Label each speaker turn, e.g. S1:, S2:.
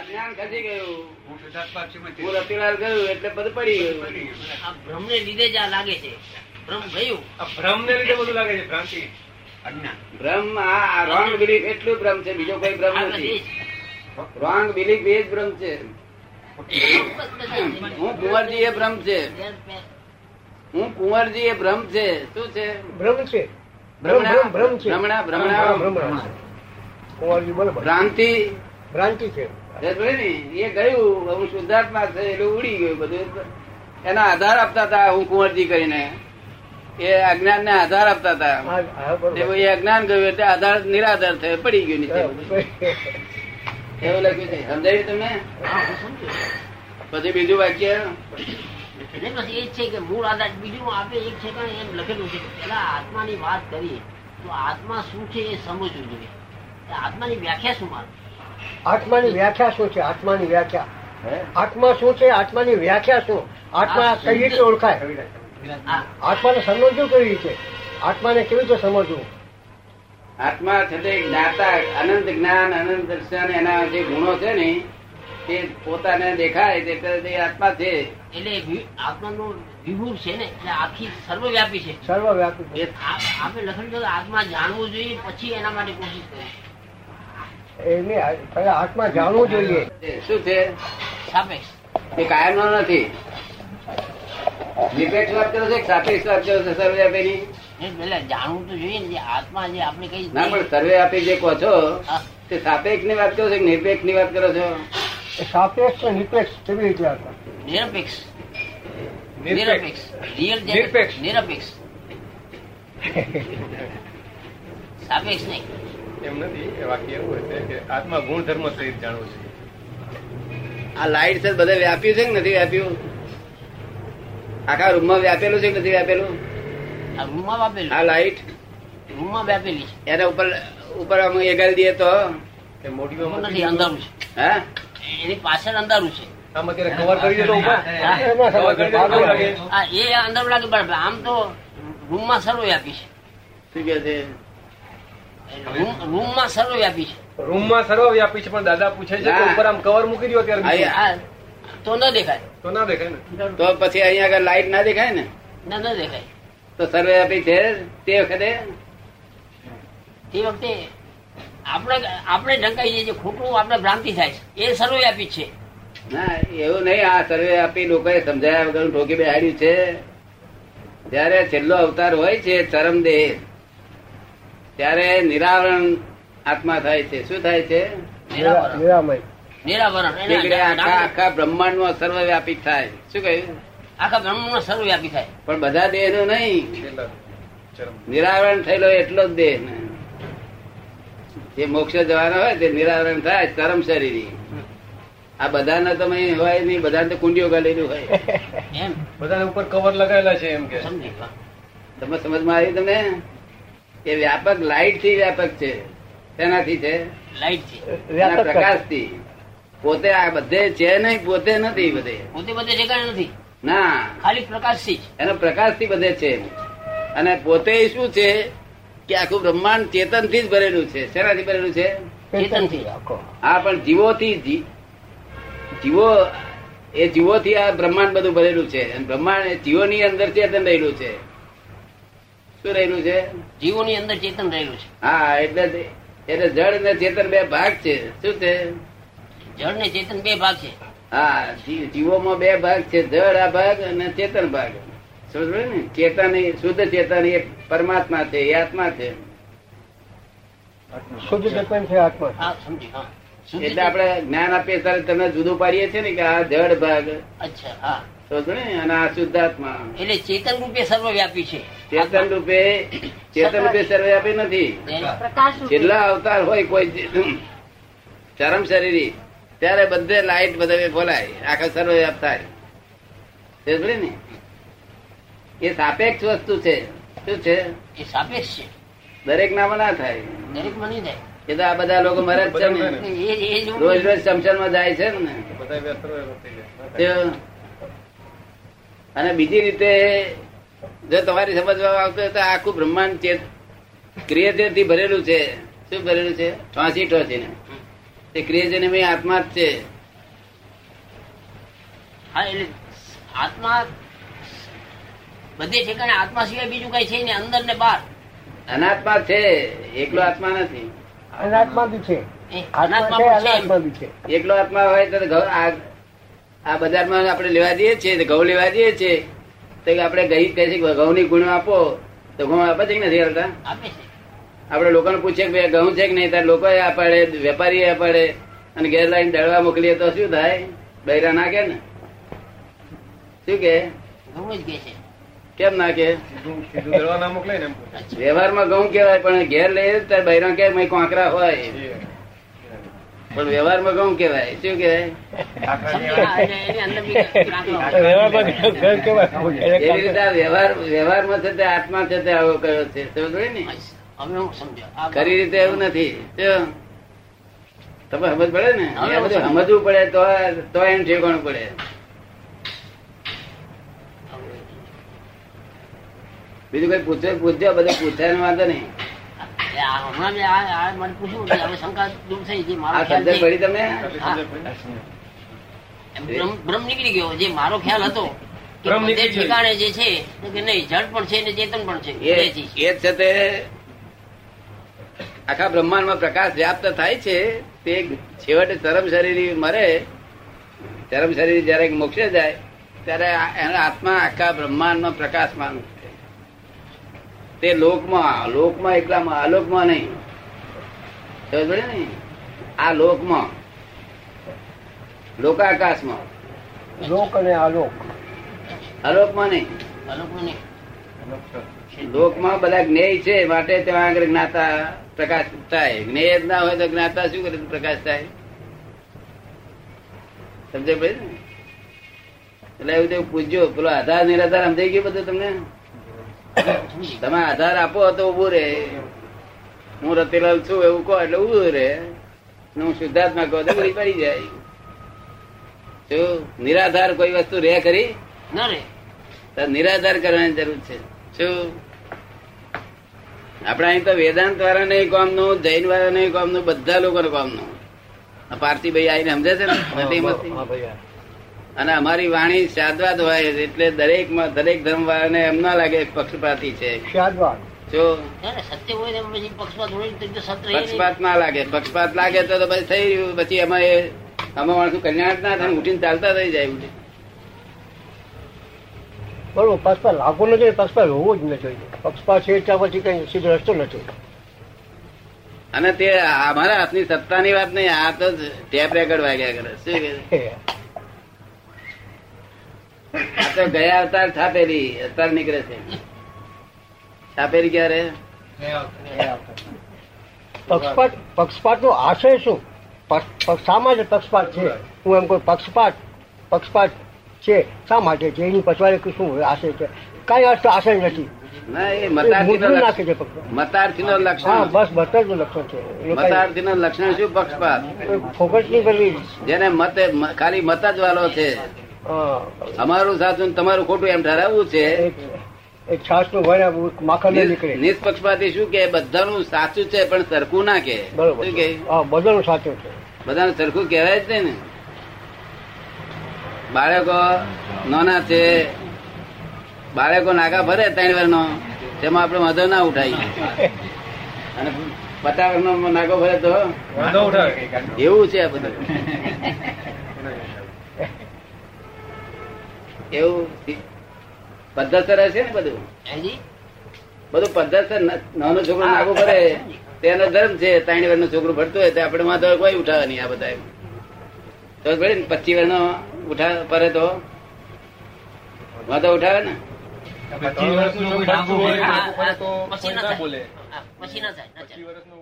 S1: અજ્ઞાન ખસી ગયું
S2: હું શુદ્ધાત્માક્ષીમાંથી
S1: હું રતિલાલ ગયું એટલે બધું પડી ગયું
S2: બની ગયો.
S3: આ ભ્રમને લીધે જ આ લાગે છે ભ્રમ ગયું
S2: આ ભ્રમને લીધે બધું લાગે છે ભ્રાંતિ અજ્ઞાન
S1: ભ્રમ આ રોંગ બિલીફ એટલું ભ્રમ છે બીજો કોઈ ભ્રમ
S3: આ
S1: નથી
S3: બધી
S1: રોંગ બિલીફ એ જ ભ્રમ છે
S3: જ બધા છે.
S1: હું કુંવરજી એ ભ્રમ છે હું કુંવરજી એ ભ્રમ છે શું છે
S4: ભ્રમ છે ભ્રમ
S1: ભ્રમણા
S4: ભ્રમ ભ્રમ છે
S1: ભ્રમણા ભ્રમણા
S4: ભ્રમણા છે. કુંવરજી બોલો બોલો.
S1: ભ્રાંતિ
S4: ભ્રાંતિ છે
S1: એ જોયું ને, એ ગયું હું શુદ્ધાત્મા છે એટલે ઉડી ગયું બધું એના આધાર આપતા હતા હું કુંવરજી કરીને એ અજ્ઞાન ને આધાર આપતા હતા
S4: હા, હા, બરોબર.
S1: તે પછી એ અજ્ઞાન ગયું એટલે આધાર નિરાધાર થયો પડી ગયું નીચે બધું. એવું લખ્યું છે સમજાયું તમને
S3: હા, હું સમજુ.
S1: પછી બીજું વાક્ય
S3: એટલે પછી એ જ છે કે મૂળ આધાર બીજું આપણે એક છે કારણ એમ લખેલું છે કે પેલા આત્માની વાત કરીએ તો આત્મા શું છે એ સમજવું જોઈએ કે આત્માની વ્યાખ્યા શું મારે
S4: આત્માની વ્યાખ્યા શું છે આત્માની વ્યાખ્યા આત્મા શું છે આત્માની વ્યાખ્યા શું આત્મા
S3: આ
S4: કઈ રીતે ઓળખાય
S3: આ
S4: આત્માને સમજવું કેવી રીતે આત્માને કેવી રીતે સમજવું
S1: આત્મા છે તે જ્ઞાતા અનંત જ્ઞાન અનંત દર્શન એના જે ગુણો છે ને તે પોતાને દેખાય તે તે- તે આત્મા છે
S3: એટલે વિ- આત્માનો વિભૂર છે ને એટલે આખી સર્વવ્યાપી છે
S4: સર્વવ્યાપી
S1: એ
S3: આ- આપણે લખેલું છે કે આત્મા જાણવું જોઈએ પછી એના માટે કોશિશ કરીએ
S4: એને પહેલા આત્મા જાણવું જોઈએ
S1: છે. શું છે
S3: સાપેક્ષ
S1: એ કાયમ નથી નિરપેક્ષ વાત કરો છો કે સાપેક્ષ વાત કરો છો સર્વે આપેલી
S3: એ પેલા જાણવું તો જોઈએ ને જે આત્મા જે આપણે કઈ
S1: ના પણ સર્વે આપે જે કહો છો
S3: હા.
S1: તે સાપેક્ષ ની વાત કરો છો કે નિરપેક્ષ ની વાત કરો છો
S4: સાપેક્ષ કે નિરપેક્ષ કેવી રીતે આત્મા?
S3: નિરપેક્ષ
S2: નિરપેક્ષ
S3: નિરપેક્ષ રિયલ
S2: નિરપેક્ષ.
S3: નિરપેક્ષ સાપેક્ષ નહીં
S2: એમ નથી એ વાક્ય એવું હશે કે આત્મા ગુણધર્મ સહિત જાણવું છે
S1: આ લાઈટ છે બધે વ્યાપ્યું છે કે નથી વ્યાપ્યું આખા રૂમમાં વ્યાપેલું છે કે નથી વ્યાપેલું
S3: આ રૂમમાં વાપેલું
S1: આ લાઈટ
S3: રૂમમાં વ્યાપેલી છે
S1: એના ઉપર ઉપર આમ એગાડી દઈએ તો
S2: કે
S3: એવું
S2: મોઢીમાં
S3: નથી અંધારું છે
S1: હા
S3: એની પાછળ અંધારું છે
S2: આમ અત્યારે કવર કરી દે તો ઉપર
S3: હા.
S4: એમાં
S2: કવર
S4: સમજ
S2: કરી દે તો કેવું લાગે?
S4: આવે.
S3: આ એ અંધારું લાગે પણ આમ તો રૂમમાં સર્વવ્યાપી છે
S1: શું કહે છે
S3: રૂમ- રૂમમાં સર્વવ્યાપી છે
S2: રૂમમાં સર્વવ્યાપી છે પણ દાદા પૂછે છે કે
S1: ના.
S2: ઉપર આમ કવર મૂકી દો અત્યારે
S1: આઈ-
S2: નીચે.
S3: આ તો ન દેખાય
S2: તો ના દેખાય ને
S1: તો પછી અહીંયા આગળ લાઈટ ના દેખાય ને
S3: ના ન દેખાય
S1: તો સર્વે આપી છે તે વખતે
S3: તે વખતે આપણે આપણે ઢંકાઈ જઈએ છીએ. ખોટું આપણે ભ્રાંતિ થાય છે એ સર્વવ્યાપી જ છે
S1: ના એવું નહીં આ સર્વે આપી લોકોએ સમજાયા વગર ઠોકી બેહાડ્યું છે જ્યારે છેલ્લો અવતાર હોય છે ચરમદેહ ત્યારે નિરાવરણ આત્મા થાય છે શું થાય છે
S3: નિરાવરણ
S4: નિરામય
S3: નિરાવરણ
S1: તે
S3: એને
S1: એટલે આખા
S3: આખા
S1: આખા બ્રહ્માંડ નો સર્વવ્યાપી થાય શું કહ્યું
S3: બ્રહ્મ નો સર્વવ્યાપી થાય
S1: પણ બધા દેહ નું નહીં
S2: છેલ્લા ચરમ
S1: નિરાવરણ થયેલો એટલો જ દેહ ને જે મોક્ષ જવાનો હોય તે નિરાવરણ થાય ચરમ શરીર આ બધાના તમે હોય નહીં બધાને તો કુંડીઓ ગાલેલું હોય
S3: એમ
S2: બધાને ઉપર કવર લગાવેલા છે એમ કે
S3: સમજી
S1: તમે સમજમાં આવી તમને એ વ્યાપક લાઈટ થી વ્યાપક છે તેનાથી છે
S3: લાઈટ છે
S4: વ્યાપક
S1: પ્રકાશ થી પોતે આ બધે છે નહીં પોતે નથી બધે
S3: પોતે બધે ઠેકાણે નથી
S1: ના
S3: ખાલી પ્રકાશથી જ
S1: એનો પ્રકાશ થી બધે છે અને પોતે શું છે કે આખું બ્રહ્માંડ ચેતન થી જ ભરેલું છે શેનાથી ભરેલું છે
S3: ચેતનથી.
S4: આખો
S1: હા પણ જીવો થી જીવો એ જીવો થી આ બ્રહ્માંડ બધું ભરેલું છે અને બ્રહ્માંડ જીવો ની અંદર ચેતન રહેલું છે શું રહેલું છે
S3: જીવોની અંદર ચેતન રહેલું છે
S1: હા એટલે જ- એટલે જળ અને ચેતન બે ભાગ છે શું છે
S3: જળ ને ચેતન બે ભાગ છે
S1: હા જી- જીવોમાં બે ભાગ છે જળ આ ભાગ અને ચેતન ભાગ સમજ પડી ને ચેતન એ- શુદ્ધ ચેતન એ પરમાત્મા છે એ આત્મા છે
S4: શુદ્ધ ચેતન છે આત્મા
S3: હા સમજી હા શુદ્ધ
S1: એટલે આપણે જ્ઞાન આપીએ ત્યારે તમને જુદું પાડીએ છીએ ને કે આ જળ ભાગ
S3: ચેતન. અચ્છા હા
S1: સમજ પડી ને અને આ શુદ્ધાત્મા
S3: એટલે ચેતન રૂપે સર્વવ્યાપી છે
S1: ચેતન રૂપે ચેતન રૂપે સર્વે આપી નથી
S3: પ્રકાશ
S1: છેલ્લા અવતાર હોય કોઈ જે- ચરમ શરીર ત્યારે બધે લાઈટ બધે બોલાય આખા સર્વે આપ થાય તે સમજે ને એ સાપેક્ષ વસ્તુ છે શું છે
S3: એ સાપેક્ષ છે
S1: દરેક નામ ના થાય
S3: દરેક માં નહીં થાય
S1: એ તો આ બધા લોકો મરે જ છે ને
S3: એટલે એ એ જ હું-
S1: રોજ રોજ સમસન માં જાય છે ને
S2: બધા વ્યસ્ત રહેલા થઈ જાય.
S1: તે અને બીજી રીતે જો તમારી સમજવામાં આવતું હોય તો આખું બ્રહ્માંડ ચેત ક્રિએટેડ થી ભરેલું છે શું ભરેલું છે ઠોસી ઠોસી ને તે ક્રિએજ એનિમી આત્મા જ છે
S3: હા એટલે આત્મા બધે ઠેકાણે આત્મા સિવાય બીજું કઈ છે ને અંદર ને બહાર
S1: અનાત્મા છે એકલો આત્મા નથી
S4: અનાત્મા બી છે
S3: એ
S4: આત્મા
S3: અનાત્મા
S4: છે
S3: પણ છે એમ.
S4: અનાત્મા બી છે
S1: એકલો આત્મા હોય તો ઘઉં આ આ બજારમાં આપણે લેવા જઈએ છીએ તો ઘઉં લેવા જઈએ છીએ તો કે આપણે ગઈ કહે છે કે ઘઉંની ગુણ આપો તો ઘઉં આપે છે કે નથી આપતા
S3: આપે છે
S1: આપણે લોકોને પૂછીએ કે ભાઈ ઘઉં છે કે નહીં ત્યારે લોકો આપાડે વેપારી આપાડે અને ઘેર લાઈને દળવા મોકલીએ તો શું થાય બૈરા નાખે ને શું કે
S3: ઘણું જ કે છે
S1: કેમ નાખે
S2: સીધું સીધું દળવા ના મોકલે ને એમ પૂછે.
S3: અચ્છા.
S1: વ્યવહારમાં ઘઉં કેવાય પણ ઘેર લઈએ ત્યારે બૈરા કે "મય કોંકરા હોય પણ વ્યવહારમાં ઘઉં કેવાય શું કહેવાય
S2: આખા
S3: સમજો ને, એટલે એની અંદર બી કાંકરો હોય.
S1: એવી રીતે આ વ્યવહાર વ્યવહારમાં છે તે આત્મા છે તે આવો કયો છે સમજ પડી ને
S3: હવે હું સમજ્યો આ
S1: ખરી રીતે એવું નથી જો, તમે સમજ પડે ને
S3: હવે
S1: આ બધું સમજવું પડે તો તો એમ ઠેકાણું પડે બીજું કઈ પૂછે પૂછજો બધું પૂછાય વાંધો નહીં
S3: એ આ હમણાં મેં આ આ મને પૂછ્યું એટલે હવે શંકા દૂર થઈ જે
S1: આ
S3: મારો ખ્યાલ
S1: સમજણ
S3: નહીં.
S1: પડી તમને
S3: એમ ભ્રમ ભ્રમ નીકળી ગયો જે મારો ખ્યાલ હતો કે
S2: ભ્રમ
S3: બધે
S2: નીકળી ગયો.
S3: ઠેકાણે જે છે તો કે નહીં જળ પણ છે ને ચેતન પણ છે
S1: એ
S3: બે ચીજ.
S1: એ છે તે આખા બ્રહ્માંડમાં પ્રકાશ વ્યાપ્ત થાય છે તે છેવટે ચરમ શરીર મરે ચરમ શરીર જ્યારે મોક્ષે જાય ત્યારે આ- એનો આત્મા આખા બ્રહ્માંડમાં પ્રકાશમાન છે. તે લોકમાં લોકમાં એકલામાં અલોકમાં નહીં સમજ પડી ને આ લોકમાં લોકાકાશમાં
S4: લોક અને આલોક
S1: અલોકમાં નહીં
S3: આ લોકોને
S1: લોકમાં બધા જ્ઞેય છે માટે ત્યાં આગળ જ્ઞાતા પ્રકાશ થાય જ્ઞેય જ ના હોય તો જ્ઞાતા શું કરે તો પ્રકાશ થાય સમજે ભાઈ ને એટલે એવું તેવું પૂછજો પેલો આધાર નિરાધાર સમજાઈ ગયું બધું તમને
S3: સમજી
S1: તમે આધાર આપો તો ઉભું રે હું રતિલાલ છું એવું કહો એટલે ઉભું રે ને હું શુદ્ધાત્મા કહો તો ઉભી પડી જાય શું નિરાધાર કોઈ વસ્તુ રે કરી
S3: ગયો. ના રે
S1: તો નિરાધાર કરવાની જરૂર છે શું આપણે અહીં તો વેદાંત વાળા નહીં કોમનું જૈન વાળા નહીં કોમનું બધા લોકોનું કોમનું આ પાર્થિભાઈ આવીને સમજે છે ને નથી
S4: હા, ભઈ, હા.
S1: અને અમારી વાણી સાદવાદ હોય છે, એટલે દરેકમાં દરેક ધર્મ વાળાને એમ ના લાગે કે પક્ષપાતી છે
S4: શાદવાન
S1: જો
S3: ના રે, સત્ય હોય ને એમ પછી પક્ષપાત હોય ને તો જો સત્ય રહે નહીં.
S1: પક્ષપાત ના લાગે પક્ષપાત લાગે તો તો પછી થઈ ગયું પછી અમારે અમે માણસું કલ્યાણ જ ના થાય ઉઠીને ચાલતા થઈ જાય ઉઠી
S4: બરોબર પક્ષપાત લાગુ ન જોઈએ પક્ષપાત હોવો જ ન જોઈએ પક્ષપાત છે ત્યાં પછી કઈ સીધો રસ્તો નથી
S1: અને તે અમારા હાથની સત્તાની વાત નહીં આ તો ટેપ રેકર્ડ વાગ્યા કરે શું કહે? આ તો ગયા અવતાર છાપેલી અવતાર નીકળે છે છાપેલી ક્યારે
S4: પક્ષપાત પક્ષપાત નો આશય શું પક્ષ- પક્ષ- શા માટે પક્ષપાત છે હું એમ કોઈ પક્ષપાત પક્ષપાત છે શા માટે છે એની પછવાડે કે શું આશય છે કઈ અર્થ આશય નથી
S1: ના એ
S4: એ
S1: મતાર્થી
S4: મૂંઝવી નાખે છે પક્ષપાત
S1: મતાર્થી નો
S4: હા
S1: લક્ષણ
S4: બસ બતર નું લક્ષણ છે એ કાંઈ-
S1: મતાર્થી લક્ષણ શું પક્ષપાત
S4: કોઈ ફોકટ ની પેલી
S1: જેને મતે મ- ખાલી મત જ વાલો છે
S4: હા,
S1: અમારું સાચું ને તમારું ખોટું એમ ઠરાવવું છે
S4: એક એક છાસ નું માખણ નહીં નીકળે
S1: નિષ્પક્ષપાતી શું કે બધાનું સાચું છે પણ સરખું ના કે
S4: બરોબર
S1: શું કે
S4: હા બધાનું સાચું છે
S1: બધાને સરખું કહેવાય જ નહીં ને બાળકો નાના છે બાળકો નાગા ભરે ત્રણ વર્ષનો તેમાં આપણે વાંધો ના ઉઠાય અને પચાસ વર્ષનો નાગો ભરે તો
S2: વાંધો ઉઠાવે
S1: એવું છે આ બધું એવું પદ્ધતસર હશે ને બધું
S3: હેજી?
S1: બધું પદ્ધતસર ન- નાનો છોકરો નાગો ભરે તેનો ધર્મ છે ત્રણ વર્ષનો છોકરો ભરતો હોય તો આપણે વાંધો કોઈ ઉઠાવે નહીં આ બધા તો ભલે ને પચીસ વર્ષનો ઉઠા ભરે તો વાંધો ઉઠાવે ને
S2: પચીસ વર્ષનું જો બચ્ચું હોય,
S3: હા,
S2: તો
S3: હા,
S2: કોઈ
S3: પછી ના
S2: ના
S3: થાય.
S2: બોલે
S3: હા, પછી ના થાય ના
S2: પચીસ
S3: ચાલે.
S2: વર્ષનું